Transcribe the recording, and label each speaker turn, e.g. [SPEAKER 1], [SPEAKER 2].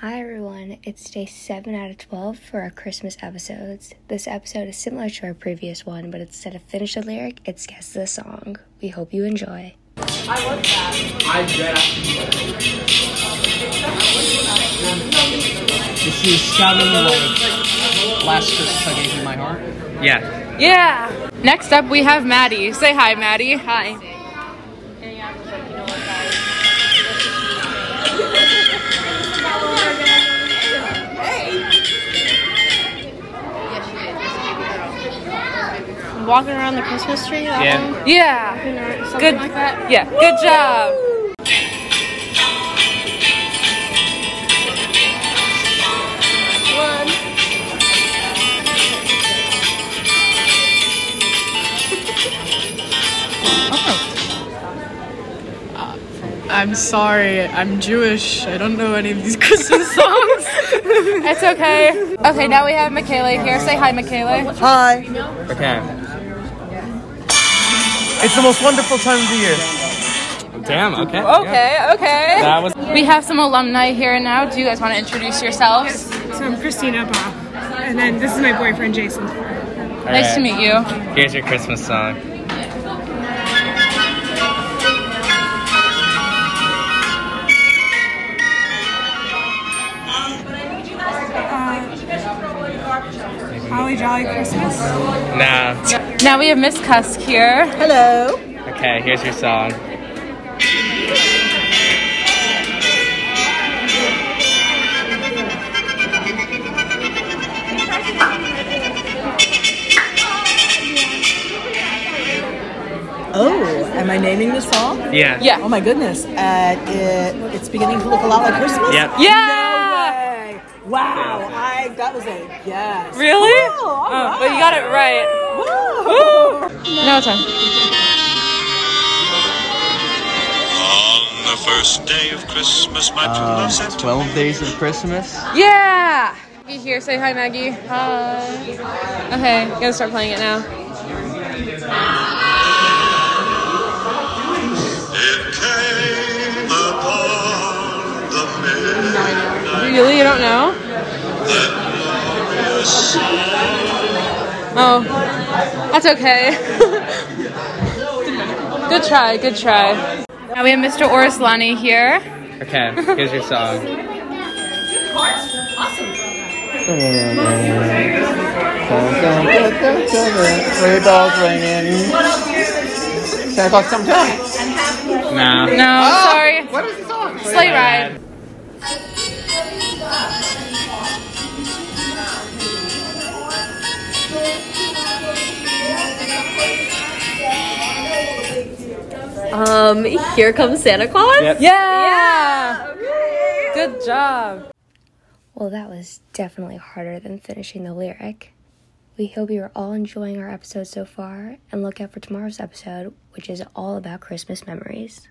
[SPEAKER 1] Hi everyone, it's day 7 out of 12 for our Christmas episodes. This episode is similar to our previous one, but instead of finish the lyric, it's guess the song. We hope you enjoy.
[SPEAKER 2] I bet.
[SPEAKER 3] This is sounding like last Christmas I gave you my heart.
[SPEAKER 4] Yeah.
[SPEAKER 5] Yeah. Next up, we have Maddie. Say hi, Maddie. Hi.
[SPEAKER 6] walking around the Christmas tree. That
[SPEAKER 4] Yeah.
[SPEAKER 6] One,
[SPEAKER 5] Yeah.
[SPEAKER 6] you know, something
[SPEAKER 5] Good.
[SPEAKER 6] like that.
[SPEAKER 5] Yeah. Good job.
[SPEAKER 7] I'm sorry, I'm Jewish. I don't know any of these Christmas songs.
[SPEAKER 5] It's okay. Okay, now we have Michaela here. Say hi, Michaela.
[SPEAKER 8] Hi.
[SPEAKER 4] Okay.
[SPEAKER 8] It's the most wonderful time of the Oh. year.
[SPEAKER 4] Damn. Okay.
[SPEAKER 5] Okay. Okay.
[SPEAKER 4] That was.
[SPEAKER 5] We have some alumni here now. Do you guys want to introduce yourselves?
[SPEAKER 7] So I'm Christina Bob. And then this is my boyfriend Jason.
[SPEAKER 5] Nice to meet you.
[SPEAKER 4] you. Here's your Christmas song.
[SPEAKER 7] Holly Jolly Christmas.
[SPEAKER 4] Nah.
[SPEAKER 5] Now we have Miss Cusk here.
[SPEAKER 8] Hello.
[SPEAKER 4] Okay. Here's your song.
[SPEAKER 8] Oh, am I naming this song?
[SPEAKER 4] Yeah.
[SPEAKER 8] Oh
[SPEAKER 5] Yeah.
[SPEAKER 8] my goodness. Uh, it, it's beginning to look a lot like Christmas.
[SPEAKER 4] Yep.
[SPEAKER 5] Yeah.
[SPEAKER 8] Hey, Wow. I that was a yes.
[SPEAKER 5] Really?
[SPEAKER 8] Whoa, all
[SPEAKER 5] Oh, well, you
[SPEAKER 8] right.
[SPEAKER 5] got it right.
[SPEAKER 8] Whoa.
[SPEAKER 5] Now it's on.
[SPEAKER 9] On the first day of Christmas, my true love sent to
[SPEAKER 3] days of Christmas.
[SPEAKER 5] Yeah. Maggie here. Say hi, Maggie. Hi. Okay, gotta start playing it now.
[SPEAKER 9] It came upon the midnight
[SPEAKER 5] Really? You don't know? Oh, that's okay. good try, good try. Now we have Mr. Orislani here.
[SPEAKER 4] Okay. Here's your song.
[SPEAKER 3] Sleigh bells ringing. Santa Claus come down.
[SPEAKER 4] Nah.
[SPEAKER 5] No, sorry. What is the song? Sleigh ride.
[SPEAKER 6] Um, here comes Santa Claus.
[SPEAKER 4] Yep.
[SPEAKER 5] Yeah. Good job.
[SPEAKER 1] Well, that was definitely harder than finishing the lyric. We hope you are all enjoying our episode so far, and look out for tomorrow's episode, which is all about Christmas memories.